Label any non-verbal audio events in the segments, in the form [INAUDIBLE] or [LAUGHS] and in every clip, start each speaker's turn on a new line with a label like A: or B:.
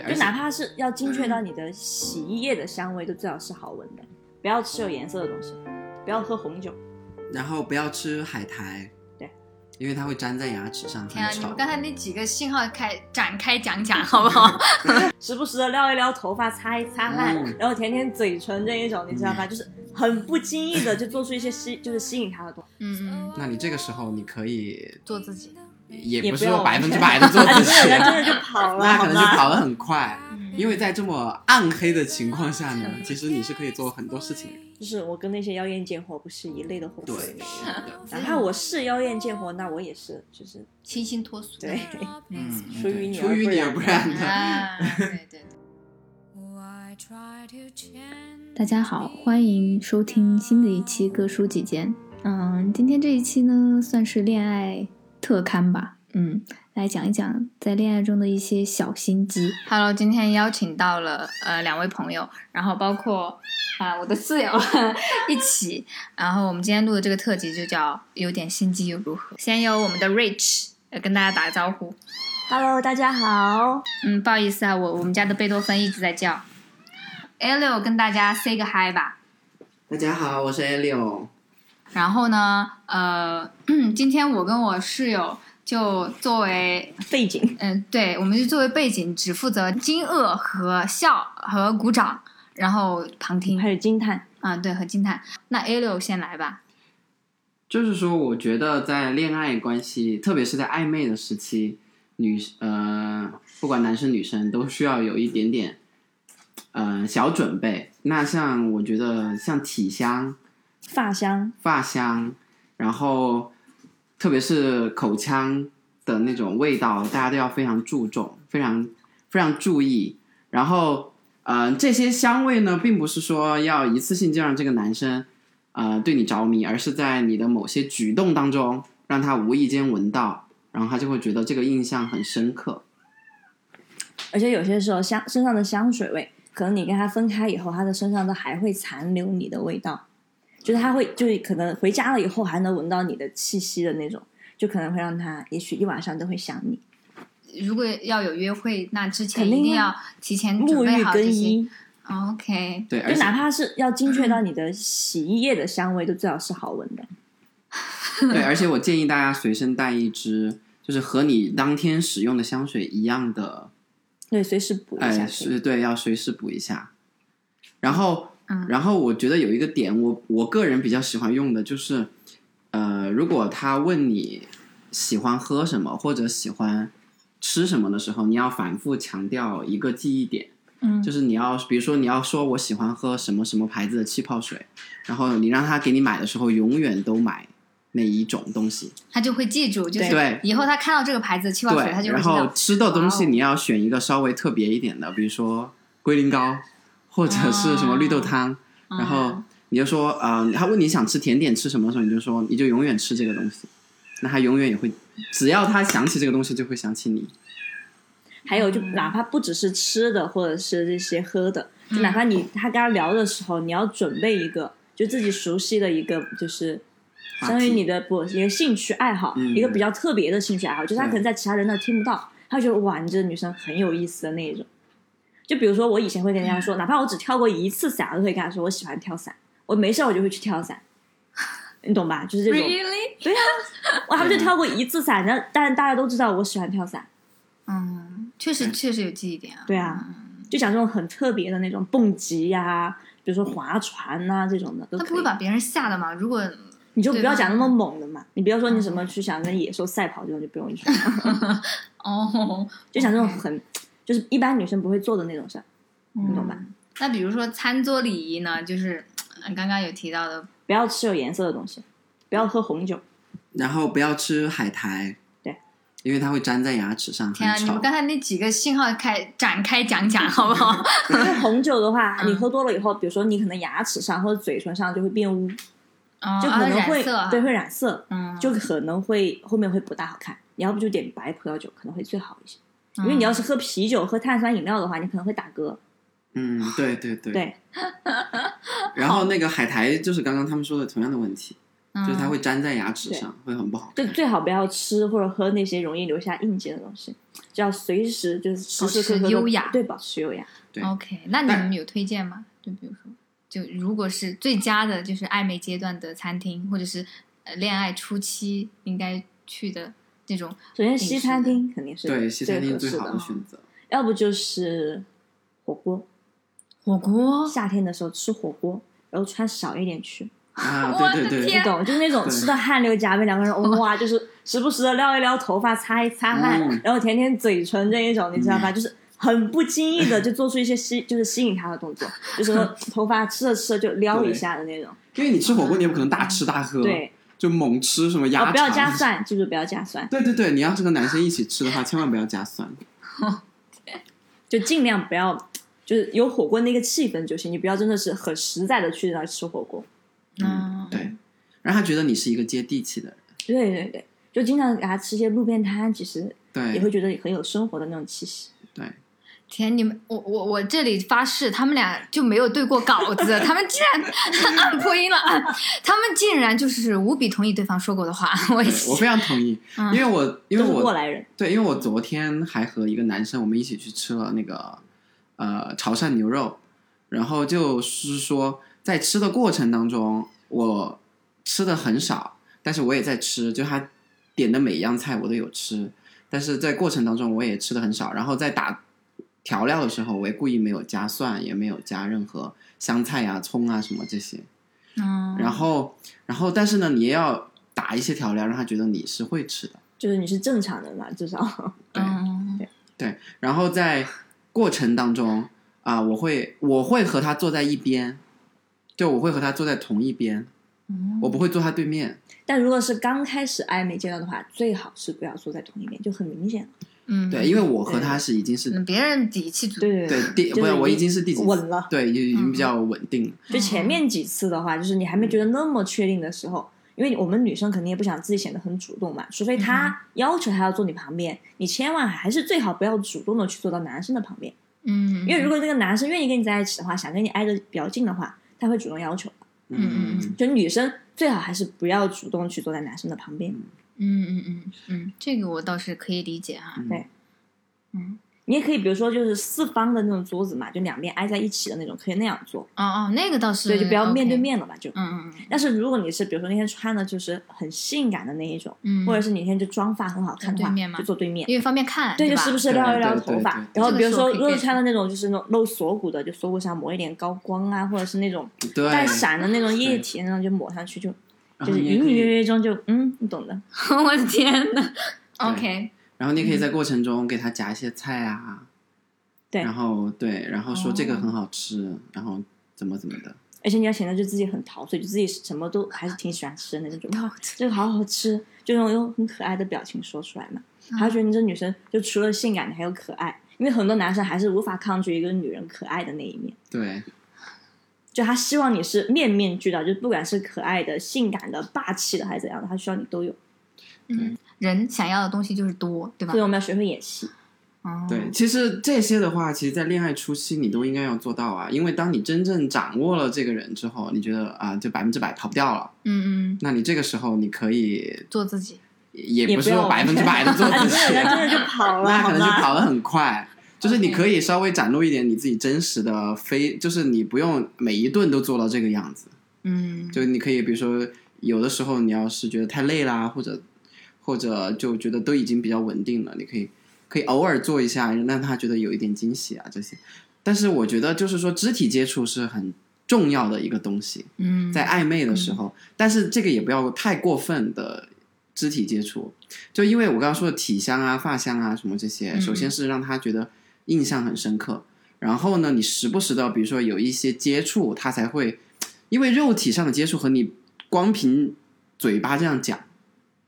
A: 对
B: 就哪怕是要精确
A: 嗯
B: 到你的洗衣液的香味，都最好是好闻的，不要吃有颜色的东西，不要喝红酒。
A: 然后不要吃海苔，
B: 对，
A: 因为它会粘在牙齿上，很
C: 天啊，你
A: 吵
C: 们。刚才那几个信号开展开讲讲好不好？
B: 时不时的撩一撩头发，擦一擦汗，
A: 嗯
B: 然后舔舔嘴唇这一种，你知道吧？就是很不经意的就做出一些吸，就是吸引他的东西。
C: 嗯嗯，
A: 那你这个时候你可以，
C: 做自己。
A: 也不
B: 不
A: 是
B: 要
A: 说百分之
B: [LAUGHS]
A: 百的做自己，
B: 人
A: [LAUGHS]
B: 家真的就跑了，
A: 那可能就
B: 好吗
A: 跑得很快。
C: 嗯
A: 因为在这么暗黑的情况下呢，其实你是可以做很多事情的。
B: 就是我跟那些妖艳贱货不是一类的货色。
A: 对，是
B: [LAUGHS]
A: 的，
B: 哪怕我是妖艳贱货，那我也是，就是
C: 清新脱俗。
B: 对，
A: 嗯，
B: 出于你
A: 出于你而不然的。
C: 啊，对对对。
D: 大家好，欢迎收听新的一期《各抒己见》。嗯，今天这一期呢，算是恋爱特刊吧。嗯，来讲一讲在恋爱中的一些小心机。
C: Hello，今天邀请到了呃两位朋友，然后包括啊、我的室友一起，然后我们今天录的这个特辑就叫有点心机又如何？先由我们的 Rich 呃跟大家打个招呼。
B: [LAUGHS] Hello，大家好，
C: 嗯，不好意思啊，我我们家的贝多芬一直在叫。a l 跟大家 say 个 hi 吧。
A: 大家好，我是 A 六。
C: 然后呢，呃， [CLEARS THROAT] 今天我跟我室友就作为
B: 背景
C: 嗯，对，我们就作为背景，只负责惊愕和笑和鼓掌，然后旁听
B: 还。有惊叹，
C: 啊，对，和惊叹。那 A 六先来吧。
A: 就是说，我觉得在恋爱关系，特别是在暧昧的时期，女呃，不管男生女生，都需要有一点点呃小准备。那像我觉得像体香，
B: 发香，
A: 发香，然后特别是口腔的那种味道，大家都要非常注重，非常非常注意。然后，呃，这些香味呢，并不是说要一次性就让这个男生呃对你着迷，而是在你的某些举动当中，让他无意间闻到，然后他就会觉得这个印象很深刻。
B: 而且有些时候香身上的香水味，可能你跟他分开以后，他的身上都还会残留你的味道，就是他会就是可能回家了以后还能闻到你的气息的那种，就可能会让他也许一晚上都会想你。
C: 如果要有约会，那之前
B: 肯定
C: 一定
B: 啊
C: 要提前
B: 沐
C: 嗯准备
B: 浴
C: 好
B: 更
C: 这些。
B: 衣，
C: OK，
A: 对，而
B: 就
A: 且
B: 哪怕是要精确
C: [CLEARS THROAT]
B: 到你的洗衣液的香味，都最好是好闻的。
A: 对，而且我建议大家随身带一支，就是和你当天使用的香水一样的
B: 对，随时补一下。
A: 哎，是对，要随时补一下。然后，
C: 嗯
A: 然后我觉得有一个点，我我个人比较喜欢用的就是，呃，如果他问你喜欢喝什么或者喜欢吃什么的时候，你要反复强调一个记忆点，
D: 嗯
A: 就是你要，比如说你要说我喜欢喝什么什么牌子的气泡水，然后你让他给你买的时候，永远都买那一种东西。
C: 他就会记住，就是
A: 对
C: 以后他看到这个牌子的气泡水，
A: 对
C: 他，就会
A: 然
C: 知
A: 后
C: 道。
A: 吃的东西
C: 哇哦
A: 你要选一个稍微特别一点的，比如说龟苓膏，或者是什么
C: 啊
A: 绿豆汤，然
C: 嗯
A: 后你就说，呃，他问你想吃甜点吃什么的时候，你就说，你就永远吃这个东西，那他永远也会，只要他想起这个东西，就会想起你。
B: 还有就哪怕不只是吃的，或者是这些喝的，就哪怕
A: 嗯
B: 你他跟他聊的时候，你要准备一个就自己熟悉的一个，就是
A: 话
B: 相当于
A: 题
B: 你的不一个兴趣爱好，
A: 嗯
B: 一个比较特别的兴趣爱好，就是他
A: 对
B: 可能在其他人那儿听不到，他觉得哇，你这个女生很有意思的那一种。就比如说我以前会跟人家
A: 嗯
B: 说，哪怕我只跳过一次伞，我都会跟他说我喜欢跳伞，我没事儿我就会去
A: [LAUGHS]
B: 跳伞，你懂吧？就是这种。
C: Really？
B: 对呀、我还不就跳过一次伞，然后但大家都知道我喜欢跳伞，
C: 嗯，确实确实有记忆点啊。
B: 对啊就讲这种很特别的那种蹦极呀、比如说划船呐、这种的都
C: 他
B: 可
C: 不
B: 以
C: 会。把别人吓的嘛？如果
B: 你就不要讲那么猛的嘛，你不要
C: 嗯
B: 说你什么去想跟野兽赛跑这种就不用去，
C: 哦， [LAUGHS]
B: 就讲这种很就是一般女生不会做的那种事儿，
C: 你
B: 懂吧？
C: 那比如说餐桌礼仪呢，就是呃刚刚有提到的，
B: 不要吃有颜色的东西，不要喝红
C: [LAUGHS]
B: 酒。
A: 然后不要吃海苔，
B: 对，
A: 因为它会粘在牙齿上，很
C: 天啊，你
A: 吵
C: 们。刚才那几个信号开展开讲讲好不好？
B: 因为红酒的话，
C: 嗯
B: 你喝多了以后，比如说你可能牙齿上或者嘴唇上就会变污，
C: [LAUGHS] 哦
B: 就可能
C: 染
B: 会
C: 色啊，
B: 对会染色，
C: 嗯，
B: 就可能会后面会不大好看。你要不就点白葡萄酒可能会最好一些，因
C: 嗯
B: 为你要是喝啤酒、喝碳酸饮料的话，你可能会打嗝。
A: 嗯，对对对。
B: 对，
A: 然后那个海苔就是刚刚他们说的同样的问题，
C: 嗯
A: 就是它会粘在牙齿上，会很不好。
B: 就最好不要吃或者喝那些容易留下硬结的东西，就要随时就是时时刻刻
C: 保
B: 都
C: 持优雅
B: 对，保持优雅。
A: 对
C: OK，那你们有推荐吗？就比如说，就如果是最佳的，就是暧昧阶段的餐厅，或者是呃恋爱初期应该去的那种
B: 首先，西餐厅肯定是
A: 对，西餐厅
B: 最
A: 最
B: 合适
A: 好
B: 的
A: 的选
C: [LAUGHS]
A: 择。
B: 要不就是火锅，
C: 火锅。
B: 夏天的时候吃火锅，然后穿少一点去，
A: 啊，
C: 我
A: 对
C: 的
A: 对对，
C: 天
B: 你懂？就是那种
A: 对
B: 吃的汗流浃背，两
A: [LAUGHS]
B: 个人哇，就是时不时的撩一撩头发，擦一擦汗，
A: 嗯
B: 然后舔舔嘴唇这一种，你知道吧？就是很不经意的就做出一些吸，就是吸引他的动作，就
A: [LAUGHS]
B: 是说头发吃着吃着就撩一下的那种。
A: 因为你吃火锅，你也不可能大吃大喝，
B: 对，
A: 就猛吃什么鸭
B: 哦，
A: 肠。
B: 不要加蒜，记住不要加蒜，
A: 对对对，你要是跟男生一起吃的
B: [LAUGHS]
A: 话，千万不要加蒜。
B: 就尽量不要。就是有火锅那个气氛就行，你不要真的是很实在的去那儿吃火锅。
C: 嗯，
A: 对，让他觉得你是一个接地气的人。
B: 对对对，就经常给他吃一些路边摊，其实也
A: 对
B: 会觉得很有生活的那种气息。
A: 对，
C: 天，你们我我我这里发誓，他们俩就没有对过稿子，他们竟然 [LAUGHS] 按破音了，按他们竟然就是无比同意对方说过的话，我
B: [LAUGHS]
C: 也
A: 对我
C: 是
A: 非常同意，因为我因为
B: 嗯都是过
A: 我
B: 来人，
A: 对，因为我昨天还和一个男生我们一起去吃了那个呃潮汕牛肉，然后就是说在吃的过程当中，我吃的很少，但是我也在吃，就他点的每一样菜我都有吃，但是在过程当中我也吃的很少，然后在打调料的时候，我也故意没有加蒜，也没有加任何香菜呀、葱啊什么这些。
C: 嗯，
A: 然后，然后，但是呢，你也要打一些调料，让他觉得你是会吃的。
B: 就是你是正常人嘛，至少 [LAUGHS]
A: 对
C: 嗯
A: 对，然后在过程当中啊、我会我会和他坐在一边，就我会和他坐在同一边，
C: 嗯
A: 我不会坐他对面。
B: 但如果是刚开始暧昧阶段的话，最好是不要坐在同一边，就很明显了。
C: 嗯，
A: 对，因为我和他是已经是
C: 嗯别人底气足，
A: 对
B: 对对
A: 第
B: 就是
A: 不是我已
B: 经
A: 经是第几次
B: 稳了。
A: 对，已经
C: 嗯
A: 比较稳定了。
B: 就前面几次的话，就是你还没觉得那么确定的时候，因为我们女生肯定也不想自己显得很主动嘛，除
C: 嗯
B: 非他要求他要坐你旁边，你千万还是最好不要主动的去坐到男生的旁边，
C: 嗯，
B: 因为如果这个男生愿意跟你在一起的话，想跟你挨得比较近的话，他会主动要求。
C: 嗯嗯
A: 嗯，
B: 就女生最好还是不要主动去坐在男生的旁边，
C: 嗯嗯嗯嗯，这个我倒是可以理解哈，
A: 嗯
B: 对
C: 嗯，
B: 你也可以比如说就是四方的那种桌子嘛，就两边挨在一起的那种，可以那样坐，
C: 哦哦，那个倒是，
B: 所以就不要面对
C: OK，
B: 面了嘛，就。
C: 嗯嗯嗯
B: 但是如果你是比如说那天穿的就是很性感的那一种，
C: 嗯，
B: 或者是你那天就妆发很好看的
C: 坐
B: 话，
C: 对面嘛
B: 就坐对面，
C: 因为方便看，
B: 对，
C: 对
B: 就
C: 吧，
B: 时不时撩一撩
A: 对对
B: 头发
A: 对。对
B: 然后
C: 这个
B: 比如
C: 是我
B: 说，
C: 可
B: 如
C: 以
B: 果
C: 接受
B: 穿的那种就是那种露锁骨的，就锁骨上抹一点高光啊，或者是那种
A: 对，
B: 带闪的那种液体，那种就抹上去就。
A: 然
B: 就
A: 后
B: 是
A: 你也
B: 隐
A: 可
B: 隐约
A: 以，
B: 约中就嗯，你懂的，
C: [LAUGHS] 我的天呐 o k
A: 然后你也可以在过程中给他夹一些菜啊，
B: 嗯对
A: 然后对，然后说这个
C: 哦
A: 很好吃，然后怎么怎么的，
B: 而且你要显得就自己很陶醉，就自己什么都还是挺喜欢吃的那种，哇，这个好好吃，就用用很可爱的表情说出来嘛。
C: 嗯
B: 他觉得你这女生就除了性感，你还有可爱，因为很多男生还是无法抗拒一个女人可爱的那一面。
A: 对
B: 就他希望你是面面俱到，就不管是可爱的、性感的、霸气的还是怎样的，他需要你都有。
C: 嗯，人想要的东西就是多，对吧
B: 所以？我们要学会演戏。
C: 哦
A: 对，其实这些的话，其实，在恋爱初期你都应该要做到啊，因为当你真正掌握了这个人之后，你觉得啊，就百分之百逃不掉了，
C: 嗯嗯，
A: 那你这个时候你可以
C: 做自己，
A: 也
B: 也
A: 不
B: 不
A: 是说
B: 要
A: 百分之百的做自
B: [LAUGHS] 那人家啊真
A: 己，
B: 的就跑
A: [LAUGHS]
B: 了，
A: 那
B: 好
A: 可能就
B: 吗？
A: 跑得很快。就是你可以稍微展露一点你自己真实的非，就是你不用每一顿都做到这个样子，
C: 嗯，
A: 就你可以比如说有的时候你要是觉得太累啦，或者或者就觉得都已经比较稳定了，你可以可以偶尔做一下，让他觉得有一点惊喜啊这些。但是我觉得就是说肢体接触是很重要的一个东西，
C: 嗯，
A: 在暧昧的时候，但是这个也不要太过分的肢体接触，就因为我刚刚说的体香啊、发香啊什么这些，
C: 嗯
A: 首先是让他觉得印象很深刻，然后呢，你时不时的，比如说有一些接触，他才会，因为肉体上的接触和你光凭嘴巴这样讲，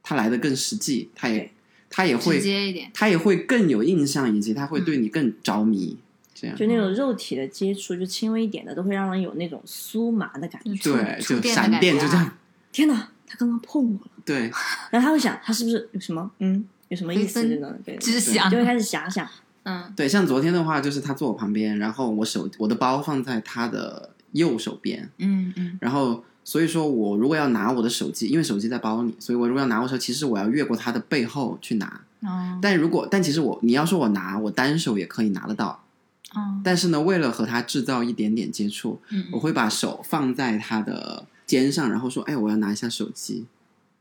A: 他来的更实际，他也他也
C: 直
A: 会
C: 接一嗯点，
A: 他也会更有印象，以及他会对你更着迷，这样
B: 就那种肉体的接触，就轻微一点的，都会让人有那种酥麻的感觉。
C: 触
A: 对，
C: 触
A: 就
C: 电的
A: 闪
C: 感
A: 电
C: 觉
A: 就
C: 啊
A: 这样，
B: 天哪，他刚刚碰我了，
A: 对
B: 然后他会想，他是不是有什么嗯，有什么意思
C: 会分
B: 这种的？对，
C: 只想
A: 啊
B: 就，会开始想想，
C: 嗯
A: 对，像昨天的话，就是他坐我旁边，然后我手我的包放在他的右手边，
C: 嗯嗯
A: 然后所以说我如果要拿我的手机，因为手机在包里，所以我如果要拿我的时候，其实我要越过它的背后去拿。
C: 哦
A: 但如果但其实我你要说我拿，我单手也可以拿得到。
B: 啊
C: 哦，
A: 但是呢，为了和它制造一点点接触，
C: 嗯
A: 我会把手放在它的肩上，然后说：“哎，我要拿一下手机。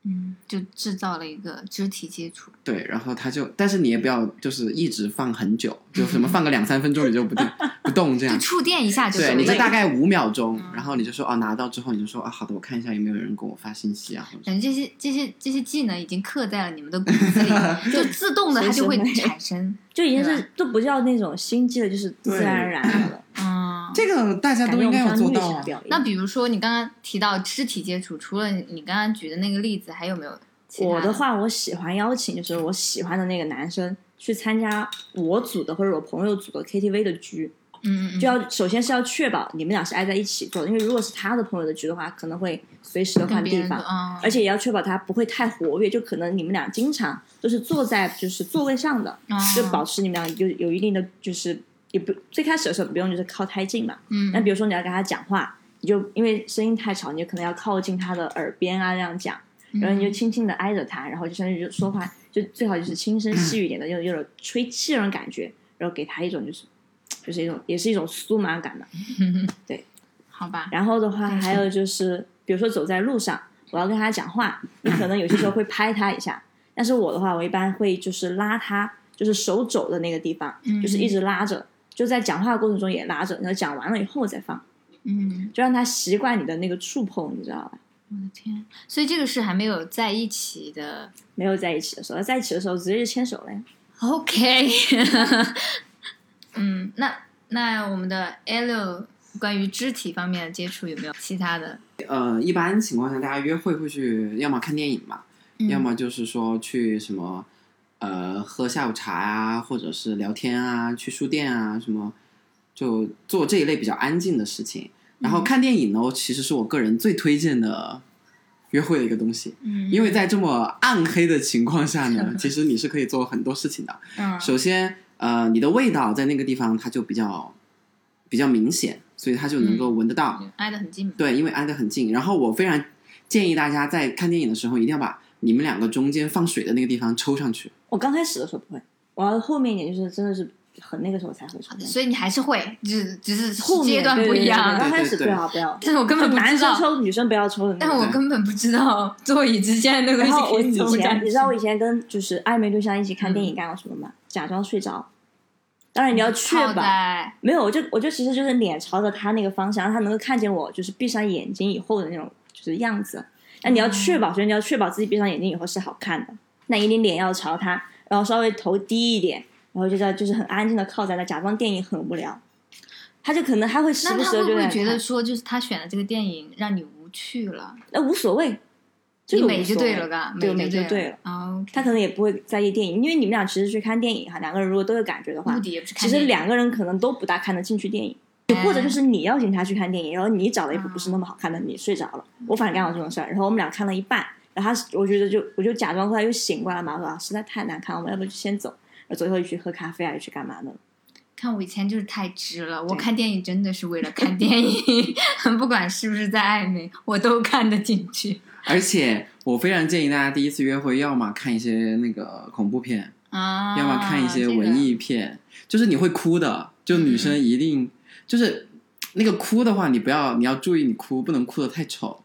C: 嗯，就制造了一个肢体接触。”
A: 对，然后它就，但是你也不要就是一直放很久，就什么放个两三分钟你就不动不动这
C: 就
A: 样。
C: 触电一下就
A: 对，
C: 是
A: 你就
C: 累
A: 大概五秒钟
C: 嗯，
A: 然后你就说哦，拿到之后你就说啊，好的，我看一下有没有人跟我发信息啊，或者
C: 感觉这些这些这些技能已经刻在了你们的骨子里，
B: [LAUGHS]
C: 就自动的它就会
B: 随时会
C: 产生。
B: 就已经
C: 对
A: 啊
B: 是都不叫那种心机了，就是自然而然的了。
C: 嗯，
A: 这个大家
B: 感
A: 都
B: 觉
A: 应
B: 我
A: 该
B: 们
A: 有
B: 像
A: 做
B: 绿
A: 到
B: 茶
A: 啊。
B: 婊一
C: 那
B: 样。
C: 比如说你刚刚提到肢体接触，除了你刚刚举的那个例子，还有没有其他？
B: 我的，话，我喜欢邀请，就是我喜欢的那个男生去参加我组的或者我朋友组的 KTV 的局，
C: 嗯嗯，
B: 就要首先是要确保你们俩是挨在一起坐的，因为如果是他的朋友的局的话，可能会随时的
C: 跟
B: 换
C: 别
B: 地
C: 人
B: 方
C: 做，嗯，
B: 而且也要确保他不会太活跃，就可能你们俩经常都是坐在就是座位上的，
C: 哦
B: 就保持你们俩有有一定的就是也不最开始的时候不用就是靠太近嘛，
C: 嗯，
B: 那比如说你要跟他讲话，你就因为声音太吵，你就可能要靠近他的耳边啊这样讲，然
C: 嗯
B: 后你就轻轻的挨着他，然后就相当于就说话，就最好就是轻声细语一点的，有有种吹气那种感觉，然后给他一种就是就是一种也是一种酥麻感嘛。
C: 好吧，
B: 然后的话还有就是，比如说走在路上，我要跟他讲话，你可能有些时候会拍他一下，但是我的话，我一般会就是拉他，就是手肘的那个地方，
C: 嗯
B: 就是一直拉着，就在讲话的过程中也拉着，然后讲完了以后再放。
C: 嗯，
B: 就让他习惯你的那个触碰，你知道吧？
C: 我的天，所以这个是还没有在一起的。
B: 没有在一起的时候，在一起的时候直接就牵手了呀。
C: OK，嗯，那那我们的 L 关于肢体方面的接触有没有其他的？
A: 呃，一般情况下大家约会会去，要么看电影嘛，
C: 嗯
A: 要么就是说去什么呃喝下午茶啊，或者是聊天啊，去书店啊什么，就做这一类比较安静的事情。然
C: 嗯
A: 后看电影呢，其实是我个人最推荐的约会的一个东西，
C: 嗯，
A: 因为在这么暗黑的情况下
C: [LAUGHS]
A: 呢，其实你是可以做很多事情的。
C: 嗯
A: 首先，呃，你的味道在那个地方它就比较比较明显，所以它就能够闻得到。
C: 挨得很近嘛。
A: 对，因为挨得很近。然后我非常建议大家在看电影的时候，一定要把你们两个中间放水的那个地方抽上去。
B: 我刚开始的时候不会，我要后面一点就是真的是很那个时候才会出现。
C: 所以你还是会，只只是
B: 后面
C: 阶段不一
B: 对对对对
C: 样。
B: 刚开
A: 对对
B: 始
A: 对
B: 最好不要，
C: 但是我根本
B: 就
C: 不
B: 男
C: 知
B: 生
C: 道，
B: 抽女生不要抽的那
C: 但
B: 种。
C: 我根本不知道座椅之间的东
B: 然后
C: 西
B: 我
C: 可
B: 以
C: 以抽下 [LAUGHS]
B: 前，你
C: 去
B: 知。道我以前跟就是暧昧对象一起看电
C: 嗯
B: 影干了什么吗？假装睡着。当然你要确
C: 靠
B: 保
C: 在
B: 没有，我就我就其实就是脸朝着他那个方向，让他能够看见我，就是闭上眼睛以后的那种就是样子。那你要确
C: 嗯
B: 保，首先你要确保自己闭上眼睛以后是好看的，那一定脸要朝他，然后稍微头低一点，然后就在就是很安静的靠在那，假装电影很无聊。他就可能他会时
C: 那
B: 不
C: 他
B: 时地
C: 会
B: 就在
C: 不会
B: 那
C: 觉
B: 看
C: 得说，就是他选的这个电影让你无趣了，
B: 那无所谓，这
C: 你
B: 个
C: 美
B: 无
C: 就
B: 所
C: 对
B: 谓
C: 了嘎，
B: 对
C: 美
B: 美就
C: 对
B: 对
C: 了
B: 了。
C: 哦，
B: 他可能也不会在意电影，因为你们俩其实去看电影哈，两个人如果都有感觉的话
C: 目，的也不是
B: 其
C: 看
B: 实
C: 电影。
B: 两个人可能都不大看得进去电影，或者就是你邀请他去看电影，然后你找了一部不是那么好看的，你睡着
C: 哦
B: 了。我反正干过这种事儿，然后我们俩看了一半，然后他我觉得就我就假装后来又醒过来嘛，我说、啊、实在太难看，我们要不就先走。然后走以后就去喝咖啡啊，就去干嘛的？
C: 看我以前就是太直了，我
B: 对
C: 看电影真的是为了看电影， [LAUGHS] 不管是不是在暧昧，我都看得进去
A: 而且我非常建议大家第一次约会，要么看一些那个恐怖片，
C: 啊。
A: 要么看一些
C: 这个
A: 文艺片，就是你会哭的。就女生一定、就是那个哭的话，你不要你要注意，你哭不能哭的太丑。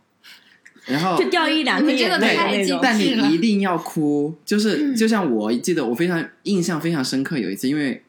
A: 然后
B: 就掉一两
C: 你
B: 滴眼
C: 们这个
B: 泪的
C: 太
B: 那
C: 近
B: 种。
A: 但
C: 是了嗯
A: 你一定要哭，就是就像我记得我非常印象非常深刻，有一次因为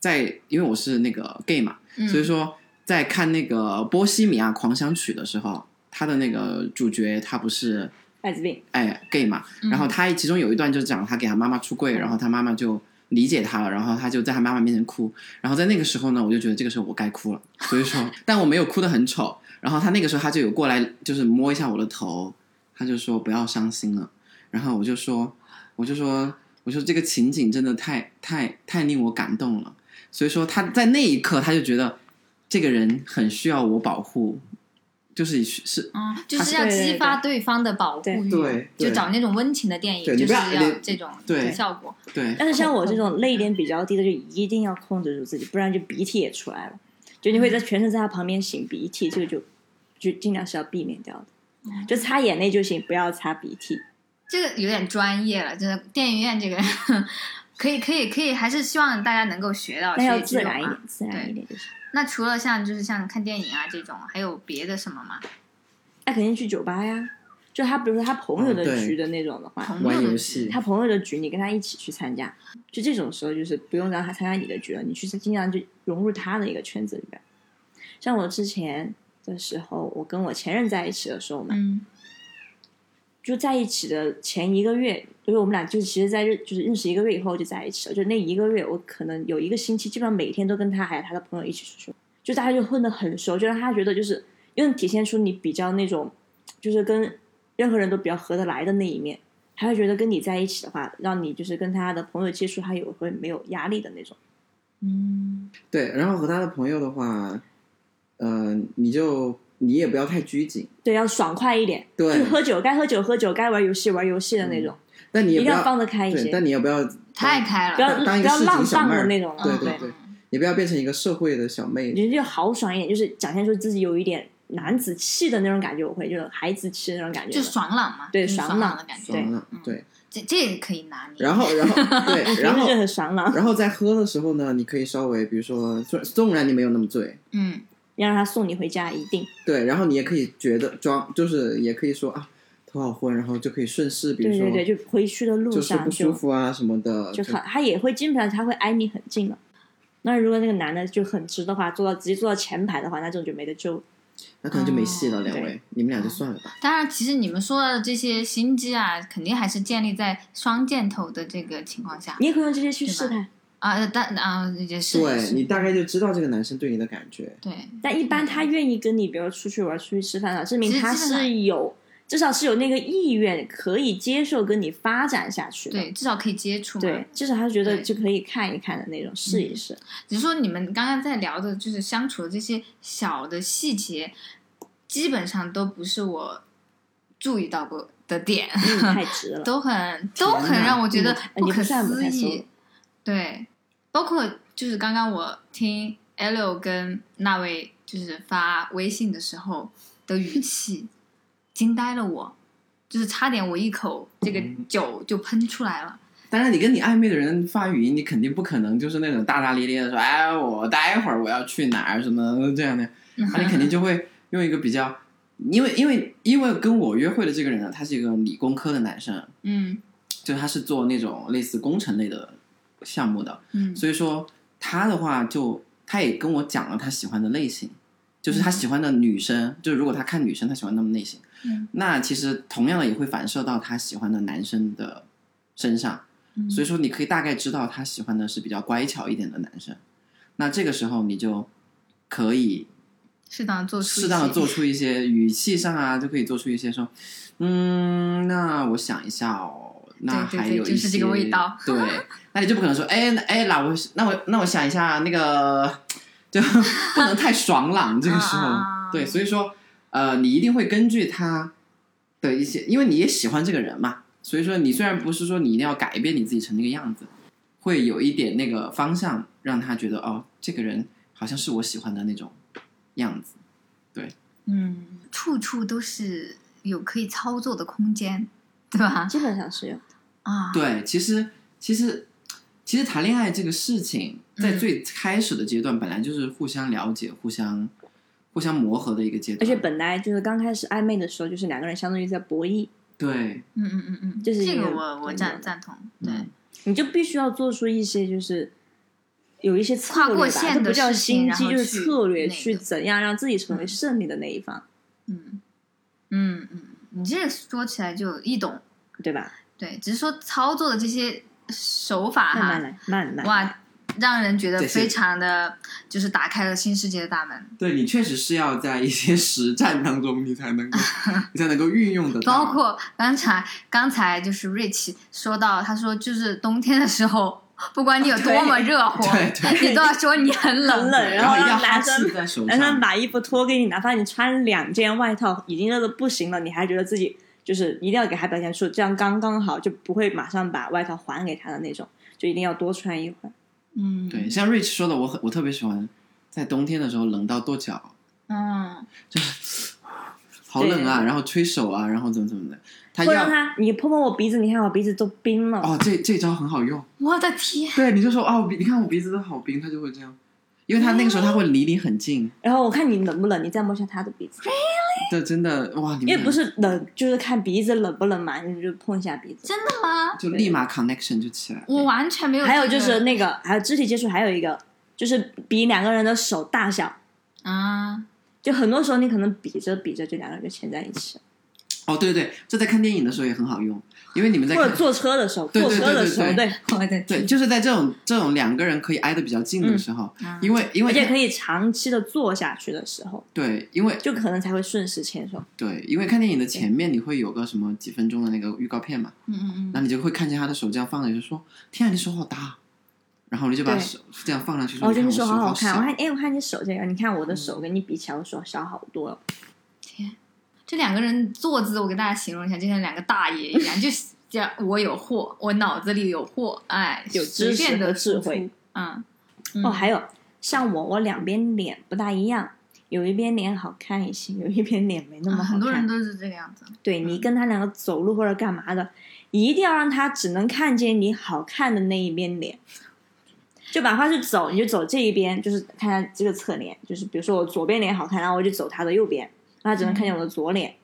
A: 在因为我是那个 gay 嘛，
C: 嗯
A: 所以说在看那个《波西米亚狂想曲》的时候，他的那个主角他不是
B: 艾滋病，
A: 哎 gay 嘛，
C: 嗯
A: 然后他其中有一段就讲他给他妈妈出柜，然后他妈妈就。理解他了，然后他就在他妈妈面前哭，然后在那个时候呢，我就觉得这个时候我该哭了，所以说，但我没有哭得很丑，然后他那个时候他就有过来，就是摸一下我的头，他就说不要伤心了，然后我就说，我就说，我说这个情景真的太太太令我感动了，所以说他在那一刻他就觉得这个人很需要我保护，就是是
C: 嗯，就
A: 他
C: 是
A: 是
C: 要
B: 对对
C: 激
B: 对
C: 发对方的保护
B: 对
C: 欲，
A: 对对
C: 就找那种温情的电影，
A: 对
C: 就
A: 你
C: 是
A: 不要
C: 要
A: 你
C: 这种
A: 对
C: 效果。
A: 对
B: [LAUGHS] 但是像我这种泪点比较低的，就一定要控制住自己，不然就鼻涕也出
C: 嗯
B: 来了，就你会在全程在他旁边擤鼻涕，这个就就尽量是要避免掉的。
C: 嗯
B: 就擦眼泪就行，不要擦鼻涕。
C: 这个有点专业了，真的，电影院这个可以可以可以，还是希望大家能够学到。
B: 那要
C: 学以致
B: 自然一
C: 用啊
B: 点，自然一点就行。
C: 那除了像就是像看电影啊这种，还有别的什么吗？
B: 那肯定去酒吧呀，就他比如说他朋友
E: 哦
B: 的
E: 对
B: 局的那种的话，
C: 朋友
E: 玩
C: 的
E: 游戏，
B: 他朋友的局你跟他一起去参加，就这种时候就是不用让他参加你的局了，你去尽量就融入他的一个圈子里边。像我之前的时候，我跟我前任在一起的时候嘛，
C: 嗯
B: 就在一起的前一个月，因为我们俩就其实在认就是认识一个月以后就在一起了，就那一个月我可能有一个星期，基本上每天都跟他还有他的朋友一起出去，就大家就混得很熟，就让他觉得就是又能体现出你比较那种就是跟任何人都比较合得来的那一面，他会觉得跟你在一起的话，让你就是跟他的朋友接触，他也会没有压力的那种。
C: 嗯，
E: 对，然后和他的朋友的话，呃，你就你也不要太拘谨，
B: 对，要爽快一点，
E: 对
B: 就喝酒该喝酒喝酒，该玩游戏玩游戏的那种，
E: 但你嗯
B: 一
E: 也
B: 定
E: 不
B: 要
E: 要
B: 放得开一
E: 对，
B: 些，
E: 但你也不要
C: 太开了，嗯
B: 不要
E: 当
B: 不
E: 当一个
B: 要
E: 市井
B: 浪
E: 小
B: 荡
E: 妹
B: 的
E: 儿
B: 那种了，嗯
E: 对
B: 对
E: 对。你不要变成一个社会的小妹。
B: 人就豪爽一点，就是展现出自己有一点男子气的那种感觉，我会就是孩子气的那种感觉
C: 就
B: 了，
C: 爽朗嘛，
B: 对
C: 就是
B: 爽
C: 爽
B: 朗
C: 朗的感觉，
E: 爽朗
C: 嗯，
E: 对，
C: 这这也可以拿捏。
E: 然后，然后，
B: [LAUGHS]
E: 对，然后
B: 就，很爽啊朗，
E: 然后在喝的时候呢，你可以稍微，比如说，纵纵然你没有那么醉，
C: 嗯，
B: 让他送你回家一定。
E: 对，然后你也可以觉得装，就是也可以说啊，头好昏，然后就可以顺势，比如
B: 对
E: 说，
B: 对对，就回去的路
E: 就是
B: 上
E: 不舒
B: 就
E: 服啊什么的，
C: 哦
B: 就
E: 就
B: 很，他也会基本上他会挨你很近了。那如果那个男的就很直的话，坐到直接坐到前排的话，那这种就没得救。
E: 那可能就没戏
B: 啊
E: 了，
C: 哦
E: 两位，你们俩就算了吧。
C: 当然，其实你们说的这些心机啊，肯定还是建立在双箭头的这个情况下
B: 你也可以用这些去试探，
C: 啊，但啊也是也
E: 对
C: 是
E: 你大概就知道这个男生对你的感觉，
C: 对，嗯
B: 但一般他愿意跟你，比如出去玩、出去吃饭啊，证明
C: 其实
B: 他
C: 基本上
B: 是有至少是有那个意愿可以接受跟你发展下去的。
C: 对，至少可以接触嘛。
B: 对，至少他觉得
C: 对
B: 就可以看一看的那种，试一试。
C: 只是说你们刚刚在聊的，就是相处的这些小的细节，基本上都不是我注意到过的点，
B: 嗯，太值了。
C: 都很都很
E: 天哪
C: 让我觉得
A: 哎
B: 嗯你不
C: 可
B: 算不
C: 思
B: 太
C: 议
B: 熟。
C: 对，包括就是刚刚我听 L 跟那位就是发微信的时候的语气，惊呆了我，就是差点我一口这个
A: 嗯
C: 酒就喷出来了。
A: 当然，你跟你暧昧的人发语音，你肯定不可能就是那种大大咧咧的说，哎，我待会儿我要去哪儿什么这样的，
C: 嗯
A: 那你肯定就会用一个比较，因为因为因为跟我约会的这个人呢，他是一个理工科的男生，
C: 嗯
A: 就他是做那种类似工程类的项目的，
C: 嗯
A: 所以说他的话就他也跟我讲了他喜欢的类型，就是他喜欢的女生，就是如果他看女生，他喜欢那么类型，
C: 嗯
A: 那其实同样的也会反射到他喜欢的男生的身上。
C: 嗯，
A: 所以说你可以大概知道他喜欢的是比较乖巧一点的男生。那这个时候你就可以
C: 适当地做出一
A: 适当的
C: 些
A: 做出一些语气上啊，就可以做出一些说，嗯，那我想一下哦，那
C: 对对
A: 还有一些
C: 就是这个味道 [LAUGHS]
A: 对，那你就不可能说，哎那哎，那我那我那我想一下那个，就 [LAUGHS] 不能太爽朗这个时候
C: 啊啊啊，
A: 对，所以说呃，你一定会根据他的一些，因为你也喜欢这个人嘛，所以说你虽然不是说你一定要改变你自己成那个样子，会有一点那个方向，让他觉得哦，这个人好像是我喜欢的那种样子。
C: 嗯，处处都是有可以操作的空间，对吧？
B: 基本上是有，
C: 啊，
A: 对，其实其实其实谈恋爱这个事情，在
C: 嗯
A: 最开始的阶段，本来就是互相了解、互相互相磨合的一个阶
B: 而
A: 段。
B: 且本来就是刚开始暧昧的时候，就是两个人相当于在博弈，
A: 对，
C: 嗯嗯嗯嗯，
B: 就是
C: 这
B: 一
C: 个
B: 个
C: 我我
B: 嗯
C: 赞赞同，对，
A: 嗯
B: 你就必须要做出一些就是有一些策略
C: 跨过
B: 吧，
C: 线
B: 这
C: 的
B: 不叫
C: 事情
B: 心
C: 然
B: 机，
C: 后
B: 就是
C: 去
B: 策略，
C: 那个
B: 去怎样让自己成为胜利的那一方，
C: 嗯嗯嗯，你这个说起来就易懂，
B: 对吧？
C: 对，只是说操作的这些手法
B: 慢慢
C: 哈，
B: 来，慢慢来。
C: 啊哇，让人觉得
A: 这些
C: 非常的就是打开了新世界的大
B: 嗯
C: 门，
A: 对你确实是要在一些实战当中，你才能
B: [LAUGHS]
A: 够你才能够运用得到。
C: 包括刚才刚才就是 Rich 说到，他说就是冬天的时候。不管你有多
B: [LAUGHS]
C: 么热乎，
A: 对对
C: 你都要说你很冷，
B: 很冷
A: 然
B: 后
A: 一定要
B: 让
A: 哈
B: 男
A: 气
B: 生
A: 在手
B: 男生
A: 上，
B: 把衣服脱给你，哪怕你穿两件外套，已经热的不行了，你还觉得自己就是一定要给他表现出这样刚刚好，就不会马上把外套还给他的那种，就一定要多穿一会儿。
C: 嗯，
A: 对，像 Rich 说的，我很我特别喜欢在冬天的时候冷到跺脚，
C: 嗯，
A: 好冷啊，然后吹手啊，然后怎么怎么的，他
B: 或者让
A: 要
B: 他你碰碰我鼻子，你看我鼻子都冰了。
A: 哦，这这招很好用，
C: 我的天，
A: [LAUGHS] 对，你就说哦，我鼻你看我鼻子都好冰，他就会这样，因为他那个时候他会离你很近，
B: 然后我看你冷不冷，你再摸一下他的鼻子，
A: 嗯这真的哇，你们
B: 因为不是冷就是看鼻子冷不冷嘛，你就碰一下鼻子。
C: 真的吗？
A: 就立马 connection 就起来了，
C: 我完全没有这
B: 还
C: 个。
B: 有就是那个，还有肢体接触，还有一个就是比两个人的手大小，
C: 啊，
B: 就很多时候你可能比着比着就两个人就牵在一起了，
A: 哦，对对对，这在看电影的时候也很好用，因为你们在
B: 或
A: 看
B: 者坐车的时候，
A: 对
B: 坐
A: 对
B: 车的
A: 对对哦
B: 时候，对，
C: 我的天，
A: 对，就是在这种这种两个人可以挨得比较近的时候，
C: 嗯
A: 因为因
B: 啊而且
A: 为
B: 可以长期的坐下去的时候，
A: 对，因为
B: 就可能才会顺势牵手。
A: 对，因为看电影的前面你会有个什么几分钟的那个预告片嘛，
C: 嗯嗯
A: 那你就会看见他的手这样放着，就说：“天啊，你手好大啊！”然后你就把
B: 对
A: 手这样放上去，
B: 然后
A: 你
B: 哦就
A: 看
B: 是
A: 我
B: 说
A: 手
B: 好好
A: 好嗯
B: 看，我
A: 小。
B: 看哎，我看你手这个，你看我的手跟你比起来，我手小好多了。
C: 嗯，这两个人坐姿，我给大家形容一下，就像两个大爷一样，就是这样。我有货，我脑子里有货，哎，
B: 有知识
C: 随便地
B: 和智慧
C: 输出，嗯，嗯
B: 哦，还有像我，我两边脸不大一样，有一边脸好看一些，有一边脸没那么好
C: 啊
B: 看。
C: 很多人都是这个样子。
B: 对你跟他两个走路或者干嘛的，一定要让他只能看见你好看的那一边脸。就哪怕是走，你就走这一边，就是看他这个侧脸，就是比如说我左边脸好看，然后我就走他的右边，然后他只能看见我的左脸，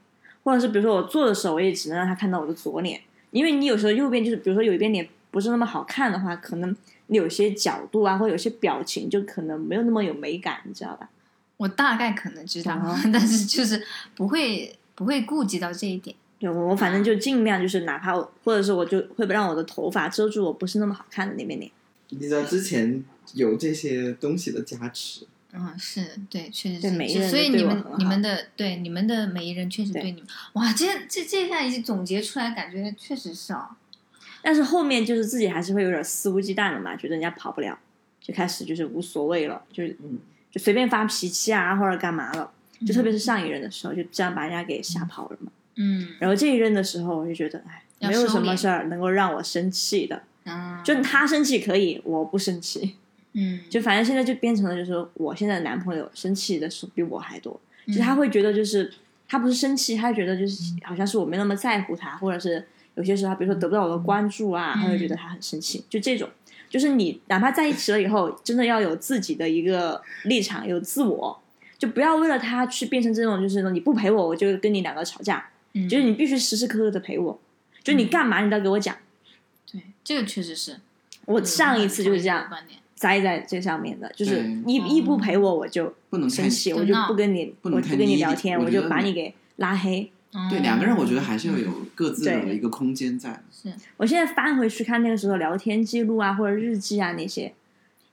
B: 或者是比如说我坐的时候，我也只能让他看到我的左脸，因为你有时候右边就是，比如说有一边脸不是那么好看的话，可能你有些角度啊，或者有些表情就可能没有那么有美感，你知道吧？
C: 我大概可能知道，
B: 哦
C: [LAUGHS] 但是就是不会不会顾及到这一点。
B: 对，我我反正就尽量就是，哪怕我或者是我就会让我的头发遮住我不是那么好看的那边脸。
F: 你知道之前有这些东西的加持，
C: 嗯，是对，确实
B: 对
C: 是，
B: 每一
C: 是
B: 人
C: 所
B: 都
C: 以
B: 对
C: 你
B: 我
C: 们
B: 很
C: 你
B: 好
C: 们的对你们的每一人确实
B: 对
C: 对你们，哇，这这这下一总结出来，感觉确实是哦，
B: 但是后面就是自己还是会有点肆无忌惮的嘛，觉得人家跑不了，就开始就是无所谓了，就是
F: 嗯
B: 就随便发脾气啊或者干嘛了。就特别
C: 是
B: 是上一任的时候，就这样把人家给吓跑了嘛。
C: 嗯
B: 然后这一任的时候，我就觉得，哎，
C: 要
B: 没有
C: 收
B: 什么
C: 敛
B: 事儿能够让我生气的，
C: 嗯，
B: 就他生气可以，我不生气。
C: 嗯
B: 就反正现在就变成了，就是我现在的男朋友生气的时候比我还多，
C: 嗯
B: 就他会觉得就是他不是生气，他觉得就是
A: 嗯
B: 好像是我没那么在乎他，或者是有些时候他比如说得不到我的关注啊，
C: 嗯
B: 他会觉得他很生气，就这种。就是你哪怕在一起了以后，真的要有自己的一个立场，有自我，就不要为了他去变成这种，就是你不陪我，我就跟你两个吵架。
C: 嗯
B: 就是你必须时时刻刻的陪我，
A: 嗯
B: 就你干嘛你都要给我讲。
C: 对这个确实是，
B: 我上一次就是这
C: 嗯
B: 样，
C: 观点，
B: 栽在这上面的，就是
A: 对哦
B: 一一不陪我，我就
A: 不能太
B: 生气，
C: 就
B: 我就
C: 闹
B: 不跟你，
A: 不
B: 我
A: 能
B: 不
A: 太
B: 跟你
A: 腻
B: 聊天，
A: 我
B: 我
A: 觉
B: 就
A: 得
B: 把
A: 你
B: 你给拉黑。
A: 对，
C: 嗯
A: 两个人我觉得还是要有各自的
B: 对
A: 一个空间在。
C: 是
B: 我现在翻回去看那个时候聊天记录啊，或者日记啊那些，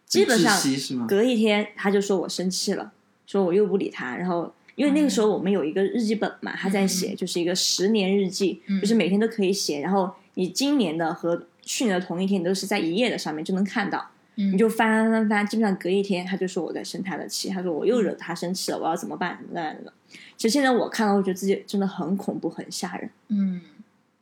B: 基本上
A: 很窒息是吗？
B: 隔一天他就说我生气了，说我又不理他，然后。因为那个时候我们有一个日记本嘛，他在写就是一个十年日记，
C: 嗯
B: 就是每天都可以写，然后你今年的和去年的同一天，你都是在一页的上面就能看到。
C: 你
B: 你就翻翻翻翻，基本上隔一天他就说我在生他的气，他说我又惹他生气了，我要怎么办？怎么办？怎么办？其实现在我看到，我觉得自己真的很恐怖，很吓人。
C: 嗯，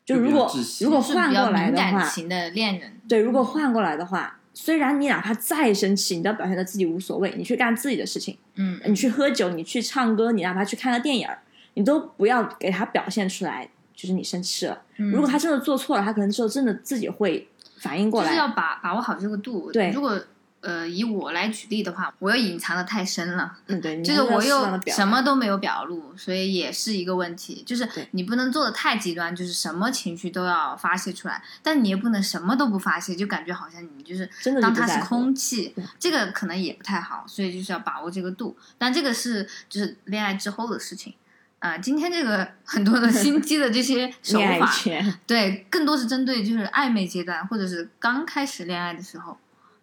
B: 就
A: 就比较
B: 如果
A: 窒息
B: 如果
C: 是比
B: 换
C: 较
B: 过来
C: 敏
B: 的
C: 感
B: 话，
C: 型的恋人，
B: 对，如果换过来的话，虽然你哪怕再生气，你都要表现的自己无所谓，你去干自己的事情，
C: 嗯
B: 你去喝酒，你去唱歌，你哪怕去看个电影儿，你都不要给他表现出来，就是你生气了。
C: 嗯
B: 如果他真的做错了，他可能之后真的自己会反应过
C: 就是
B: 来。
C: 要把把握好这个度。
B: 对
C: 如果呃以我来举例的话，我又隐藏的太深了，
B: 嗯，对，你
C: 就
B: 还
C: 是
B: 要
C: 我
B: 适当地
C: 又
B: 表
C: 什
B: 达
C: 么都没有表露，所以也是一个问题。就是
B: 对
C: 你不能做的太极端，就是什么情绪都要发泄出来，但你也不能什么都不发泄，就感觉好像你就是
B: 真的就
C: 当
B: 不
C: 它
B: 在
C: 是
B: 乎
C: 空气
B: 对，
C: 这个可能也不太好，所以就是要把握这个度。但这个是就是恋爱之后的事情。啊、今天这个很多的 [LAUGHS] 心机的这些手
B: 恋爱
C: 法，
B: 圈。
C: 对，更多是针对就是暧昧阶段，或者是刚开始恋爱的时候。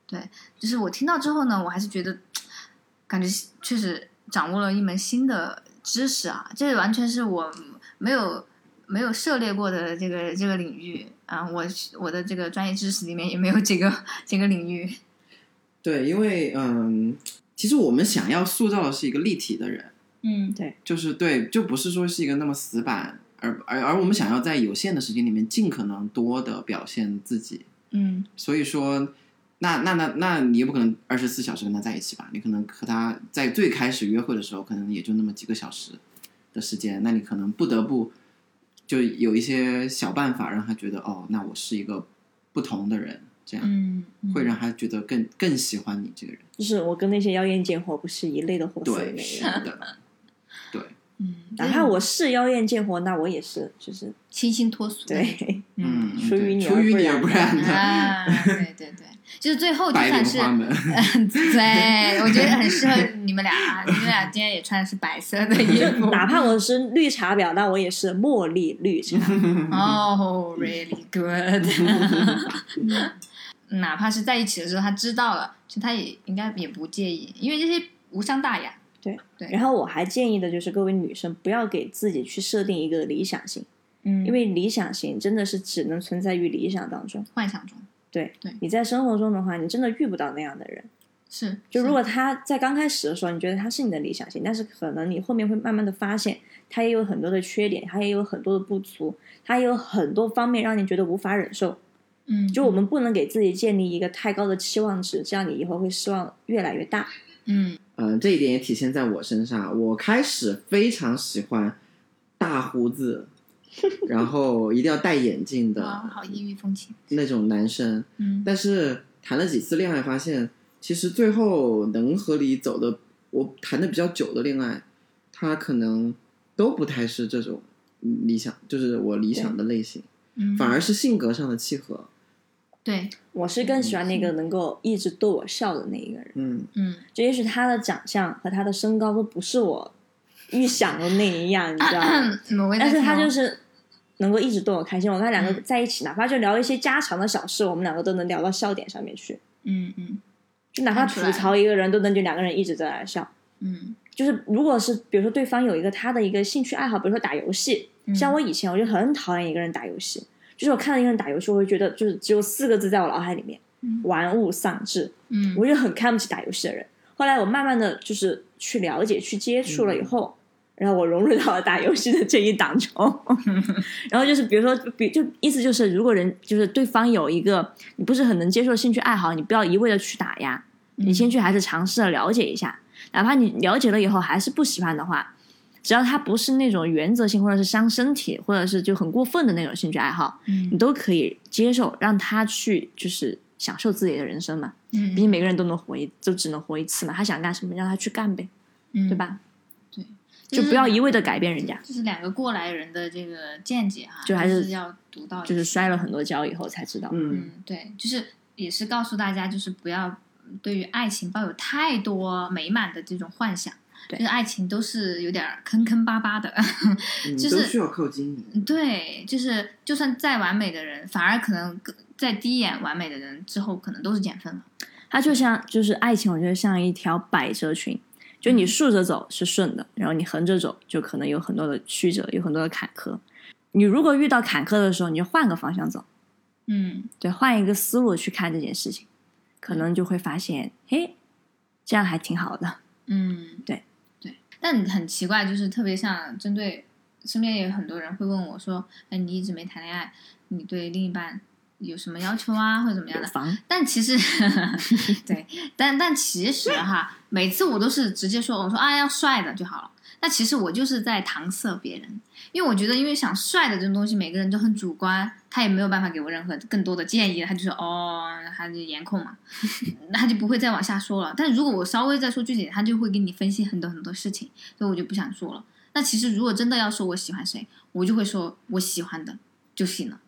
C: 对，就是我听到之后呢，我还是觉得，感觉确实掌握了一门新的知识啊，这完全是我没有没有涉猎过的这个这个领域啊，我我的这个专业知识里面也没有这个这个领
B: 嗯
C: 域。
A: 对，因为嗯，其实我们想要塑造的是一个立体的人，
C: 嗯
A: 就是对，就不是说是一个那么死板，而而而我们想要在有限的时间里面尽可能多的表现自己，
C: 嗯
A: 所以说。那那那那你也不可能二十四小时跟他在一起吧？你可能和他在最开始约会的时候，可能也就那么几个小时，
G: 的时间，那你可能不得不就有一些小办法让他觉得哦，那我是一个不同的人，这样、
C: 嗯，嗯
G: 会让他觉得更更喜欢你这个人。
B: 就是我跟那些妖艳贱货不是一类的货色里
G: 对，
B: 面
G: 是 [LAUGHS]
B: 的。
G: 的，对，
C: 嗯，
B: 哪怕我是妖艳贱货，那我也是，就是
C: 清新脱
B: [LAUGHS]
C: 俗，
B: 对，
C: [LAUGHS] 嗯，
G: 嗯，
B: 出淤
G: 对
B: 泥
G: 出
B: 而
G: 淤
B: 不
G: 泥
B: 染
G: 而不染的
C: 啊，对对对，就是最后就
G: 嗯
C: 算
G: 白莲
C: 是，
G: 花
C: [LAUGHS]
G: 门。
C: 对，我觉得很适合你们俩啊，你们俩今天也穿的是白色的衣
B: [LAUGHS]
C: 服，
B: 哪怕我是绿茶婊，那我也是茉莉绿茶。
C: 哦、r e a l l y good 。哪怕是在一起的时候，他知道了，其实他也应该也不介意，因为这些无伤大雅。
B: 然后我还建议的就是各位女生不要给自己去设定一个理想型，
C: 嗯
B: 因为理想型真的是只能存在于理想当中。
C: 幻想中
B: 你在生活中的话，你真的遇不到那样的人。
C: 是，
B: 就是如果他在刚开始的时候，你觉得他是你的理想型，但是可能你后面会慢慢的发现，他也有很多的缺点，他也有很多的不足，他也有很多方面让你觉得无法忍受。
C: 嗯，
B: 就我们不能给自己建立一个太高的期望值，这样你以后会失望越来越大。
C: 嗯
H: 嗯，这一点也体现在我身上。我开始非常喜欢大胡子，然后一定要戴眼镜
C: 哇，
H: 的
C: 好异域风情，
H: 那种男生。
C: 嗯
H: 但是谈了几次恋爱，发现其实最后能和你走的，我谈的比较久的恋爱，他可能都不太是这种理想，就是我理想的类型，
C: 嗯，
H: 反而是性格上的契合。
C: 对，
B: 我是更喜欢那个能够一直逗我笑的那一个人。
H: 嗯，
C: 嗯，
B: 就也许他的长相和他的身高都不是我预想的那样，你知道吗？
C: 嗯我也在
B: 但是他
C: 听哦嗯
B: 就是能够一直逗我开心。我跟他两个在一起，哪怕就聊一些家常的小事，我们两个都能聊到笑点上面去。
C: 嗯嗯
B: 就哪怕
C: 看
B: 吐
C: 出来
B: 槽一个人，都能就两个人一直在那笑。
C: 嗯
B: 就是如果是比如说对方有一个他的一个兴趣爱好，比如说打游戏，
C: 嗯，
B: 像我以前我就很讨厌一个人打游戏，就是我看到一个人打游戏，我会觉得就是只有四个字在我脑海里面
C: 嗯：
B: 玩物丧志。
C: 嗯
B: 我就很看不起打游戏的人。后来我慢慢的就是去了解、去接触了以后，然后我融入到了打游戏的这一档中。然后就是比如说，比就意思就是，如果人就是对方有一个你不是很能接受的兴趣爱好，你不要一味的去打压，
C: 嗯
B: 你先去还是尝试的了解一下，哪怕你了解了以后还是不喜欢的话。只要他不是那种原则性，或者是伤身体，或者是就很过分的那种兴趣爱好，你
C: 嗯
B: 都可以接受，让他去就是享受自己的人生嘛。
C: 嗯
B: 毕竟每个人都能活一，就只能活一次嘛。他想干什么，让他去干呗，
C: 嗯
B: 对？吧？
C: 对，
B: 就不要一味的改变人家。
C: 这是两个过来人的这个见解哈，
B: 就还
C: 是
B: 是
C: 要读到，
B: 就是摔了很多跤以后才知道，
H: 嗯，
C: 嗯，对，就是也是告诉大家，就是不要对于爱情抱有太多美满的这种幻想，
B: 对
C: 就是爱情都是有点儿坑坑巴巴的， [LAUGHS]
H: 嗯
C: 就
H: 都
C: 是嗯
H: 需要靠经营。
C: 对，就是就算再完美的人，反而可能更在第一眼完美的人之后，可能都是减分了。
B: 它就像就是爱情，我觉得像一条百褶裙，就你竖着走是顺的，然后你横着走就可能有很多的曲折，有很多的坎坷。你如果遇到坎坷的时候，你就换个方向走，
C: 嗯
B: 对，换一个思路去看这件事情，可能就会发现，嘿，这样还挺好的。
C: 嗯，
B: 对
C: 对，但很奇怪，就是特别像针对身边也有很多人会问我说，哎，你一直没谈恋爱，你对另一半有什么要求啊，或者怎么样
B: 有
C: 的？
B: 房，
C: 但其实， [LAUGHS] 对，但但其实哈，每次我都是直接说，我说啊要帅的就好了。那其实我就是在搪塞别人，因为我觉得，因为想帅的这种东西，每个人都很主观，他也没有办法给我任何更多的建议，他就说哦，他就颜控嘛，那他就不会再往下说了。但如果我稍微再说具体，他就会给你分析很多很多事情，所以我就不想说了。那其实如果真的要说我喜欢谁，我就会说我喜欢的就行了，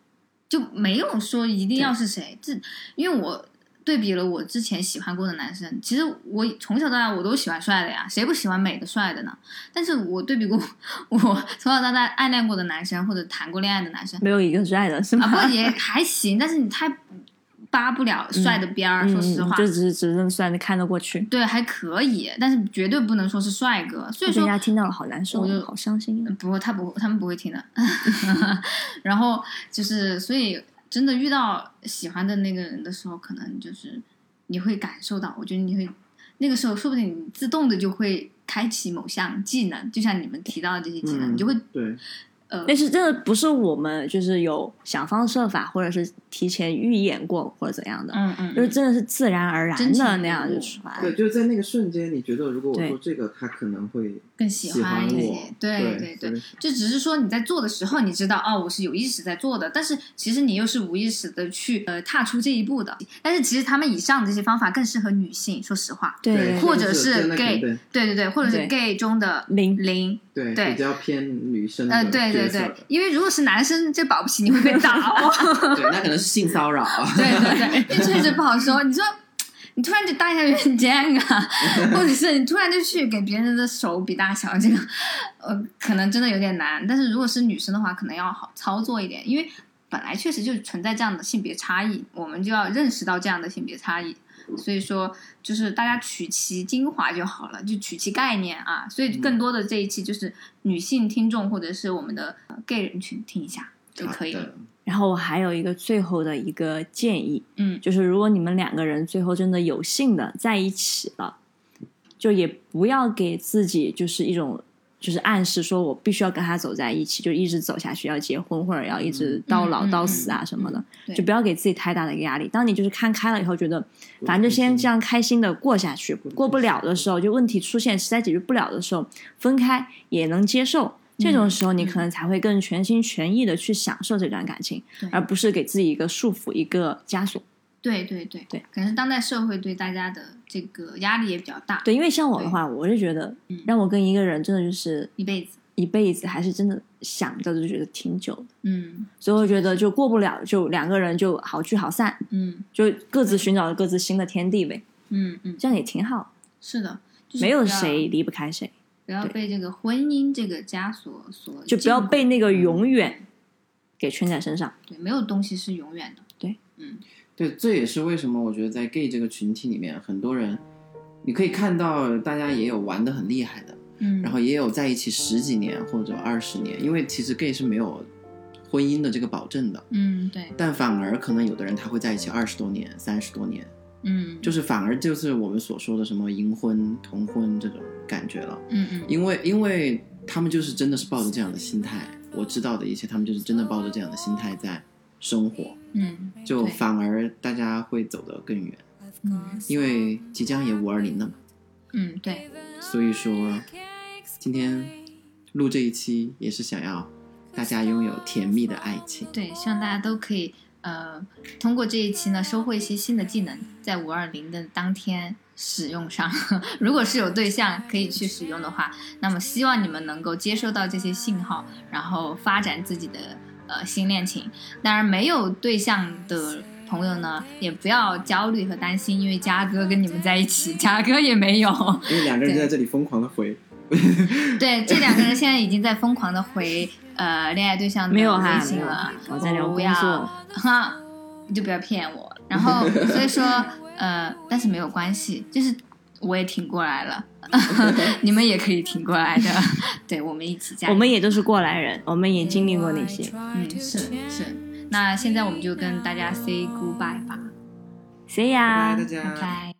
C: 就没有说一定要是谁。这因为我对比了我之前喜欢过的男生，其实我从小到大我都喜欢帅的呀，谁不喜欢美的帅的呢？但是我对比过 [LAUGHS] 我从小到大暗恋过的男生或者谈过恋爱的男生
B: 没有一个帅的是吗？
C: 啊，不过也还行，但是你太扒啊不了帅的边儿，
B: 嗯
C: 说实话，
B: 就只是只能算看得过去。
C: 对还可以，但是绝对不能说是帅哥。所以
B: 被人
C: 说
B: 家听到了好难受
C: 我就，嗯
B: 好伤心啊。
C: 不过他不，他们不会听
B: [LAUGHS]
C: 的。 [LAUGHS] 然后就是，所以真的遇到喜欢的那个人的时候，可能就是你会感受到，我觉得你会那个时候，说不定你自动的就会开启某项技能，就像你们提到的这些技能，
H: 嗯
C: 你就会
H: 对，
C: 呃
B: 但是真的不是我们就是有想方设法，或者是提前预演过或者怎样的，
C: 嗯嗯，
B: 就是真的是自然而然
C: 真情
B: 的
C: 流
B: 那样
C: 露
B: 就出来了。
H: 对，就是在那个瞬间，你觉得如果我
B: 对
H: 做这个，他可能会
C: 更喜欢一
H: 喜欢
C: 些
H: 我，
C: 对
H: 对
C: 对
H: 所以，
C: 就只是说你在做的时候，你知道哦，我是有意识在做的，但是其实你又是无意识的去呃踏出这一步的。但是其实他们以上这些方法更适合女性，说实话，
B: 对
H: 对，
C: 或者
H: 是
C: 是
H: 真的
C: gay
H: 肯定
C: 对对对，或者是
B: 对嗯
C: gay 中的
B: 零
C: 零，
H: 对
C: 对
H: 比较偏女
A: 嗯
H: 生
C: 呃，
H: 的
C: 对对
H: 角色
C: 对，因为如果是男生，这保不齐你会被打哦。
G: 对，那可能是性骚扰。
H: 啊
C: [LAUGHS] 对对对，这确实不好说。你说，你突然就搭一下人肩啊，或者是你突然就去给别人的手比大小，这个呃，可能真的有点难。但是如果是女生的话，可能要好操作一点，因为本来确实就存在这样的性别差异，我们就要认识到这样的性别差异。所以说，就是大家取其精华就好了，就取其概念啊。所以
G: 嗯
C: 更多的这一期就是女性听众或者是我们的呃 gay 人群听一下就可以
G: 好
C: 了。
G: 的
B: 然后我还有一个最后的一个建议，
C: 嗯
B: 就是如果你们两个人最后真的有幸的在一起了，就也不要给自己就是一种就是暗示，说我必须要跟他走在一起，就一直走下去，要结婚或者要一直到老
C: 嗯嗯
B: 到
C: 嗯
B: 死啊什么的，
C: 对
B: 就不要给自己太大的一个压力。当你就是看开了以后，觉得反正就先这样开心嗯的过下去，过不了的时候，就问题出现实在解决不了的时候，分开也能接受。这
C: 嗯
B: 种时候，你可能才会更全心全意的去享受这段感情，
C: 对
B: 而不是给自己一个束缚、一个枷锁。
C: 对对对
B: 对，
C: 可能是当代社会对大家的这个压力也比较大，
B: 对，因为像我的话，我就觉得，
C: 嗯
B: 让我跟一个人真的就是
C: 一辈子，
B: 一辈子，还是真的想着就觉得挺久的，
C: 嗯
B: 所以我觉得就过不了，就两个人就好聚好散，
C: 嗯
B: 就各自寻找各自新的天地呗，
C: 嗯嗯，
B: 这样也挺好，
C: 是的，就是
B: 没有
C: 不要
B: 谁离不开谁，
C: 不要
B: 对
C: 被这个婚姻这个枷锁所
B: 就不要
C: 禁锢
B: 被那个永远给圈在身上。
C: 对，没有东西是永远的，
G: 对，这也是为什么我觉得在 gay 这个群体里面，很多人你可以看到大家也有玩的很厉害的，
C: 嗯，
G: 然后也有在一起十几年或者二十年，因为其实 gay 是没有婚姻的这个保证的，
C: 嗯对，
G: 但反而可能有的人他会在一起二十多年、三十多年，
C: 嗯
G: 就是反而就是我们所说的什么银婚、同婚这种感觉了，
C: 嗯嗯
G: 因为因为他们就是真的是抱着这样的心态，我知道的一些他们就是真的抱着这样的心态在生活，
C: 嗯
G: 就
C: 对
G: 反而大家会走得更远，
C: 嗯
G: 因为即将也五二零了嘛，
C: 嗯对，
G: 所以说今天录这一期也是想要大家拥有甜蜜的爱情。
C: 对，希望大家都可以呃通过这一期呢收获一些新的技能，在五二零的当天使用上。 [LAUGHS] 如果是有对象可以去使用的话，那么希望你们能够接收到这些信号，然后发展自己的呃新恋情。当然，没有对象的。朋友呢，也不要焦虑和担心，因为嘉哥跟你们在一起，嘉哥也没有。
H: 因为两个人就在这里疯狂的回，
C: 对，这两个人现在已经在疯狂的回呃恋爱对象的
B: 没有哈
C: 微，信了。
B: 我在聊
C: 不
B: 工
C: 要 [LAUGHS]
B: 作，
C: 哈，你就不要骗我。然后所以说，呃，但是没有关系，就是我也挺过来了， [LAUGHS] 你们也可以挺过来的， [LAUGHS] 对我们一起加油。
B: 我们也都是过来人，我们也经历过那些。
C: 嗯是是，那现在我们就跟大家 say goodbye 吧，
B: See ya。
H: 大家
C: 拜拜。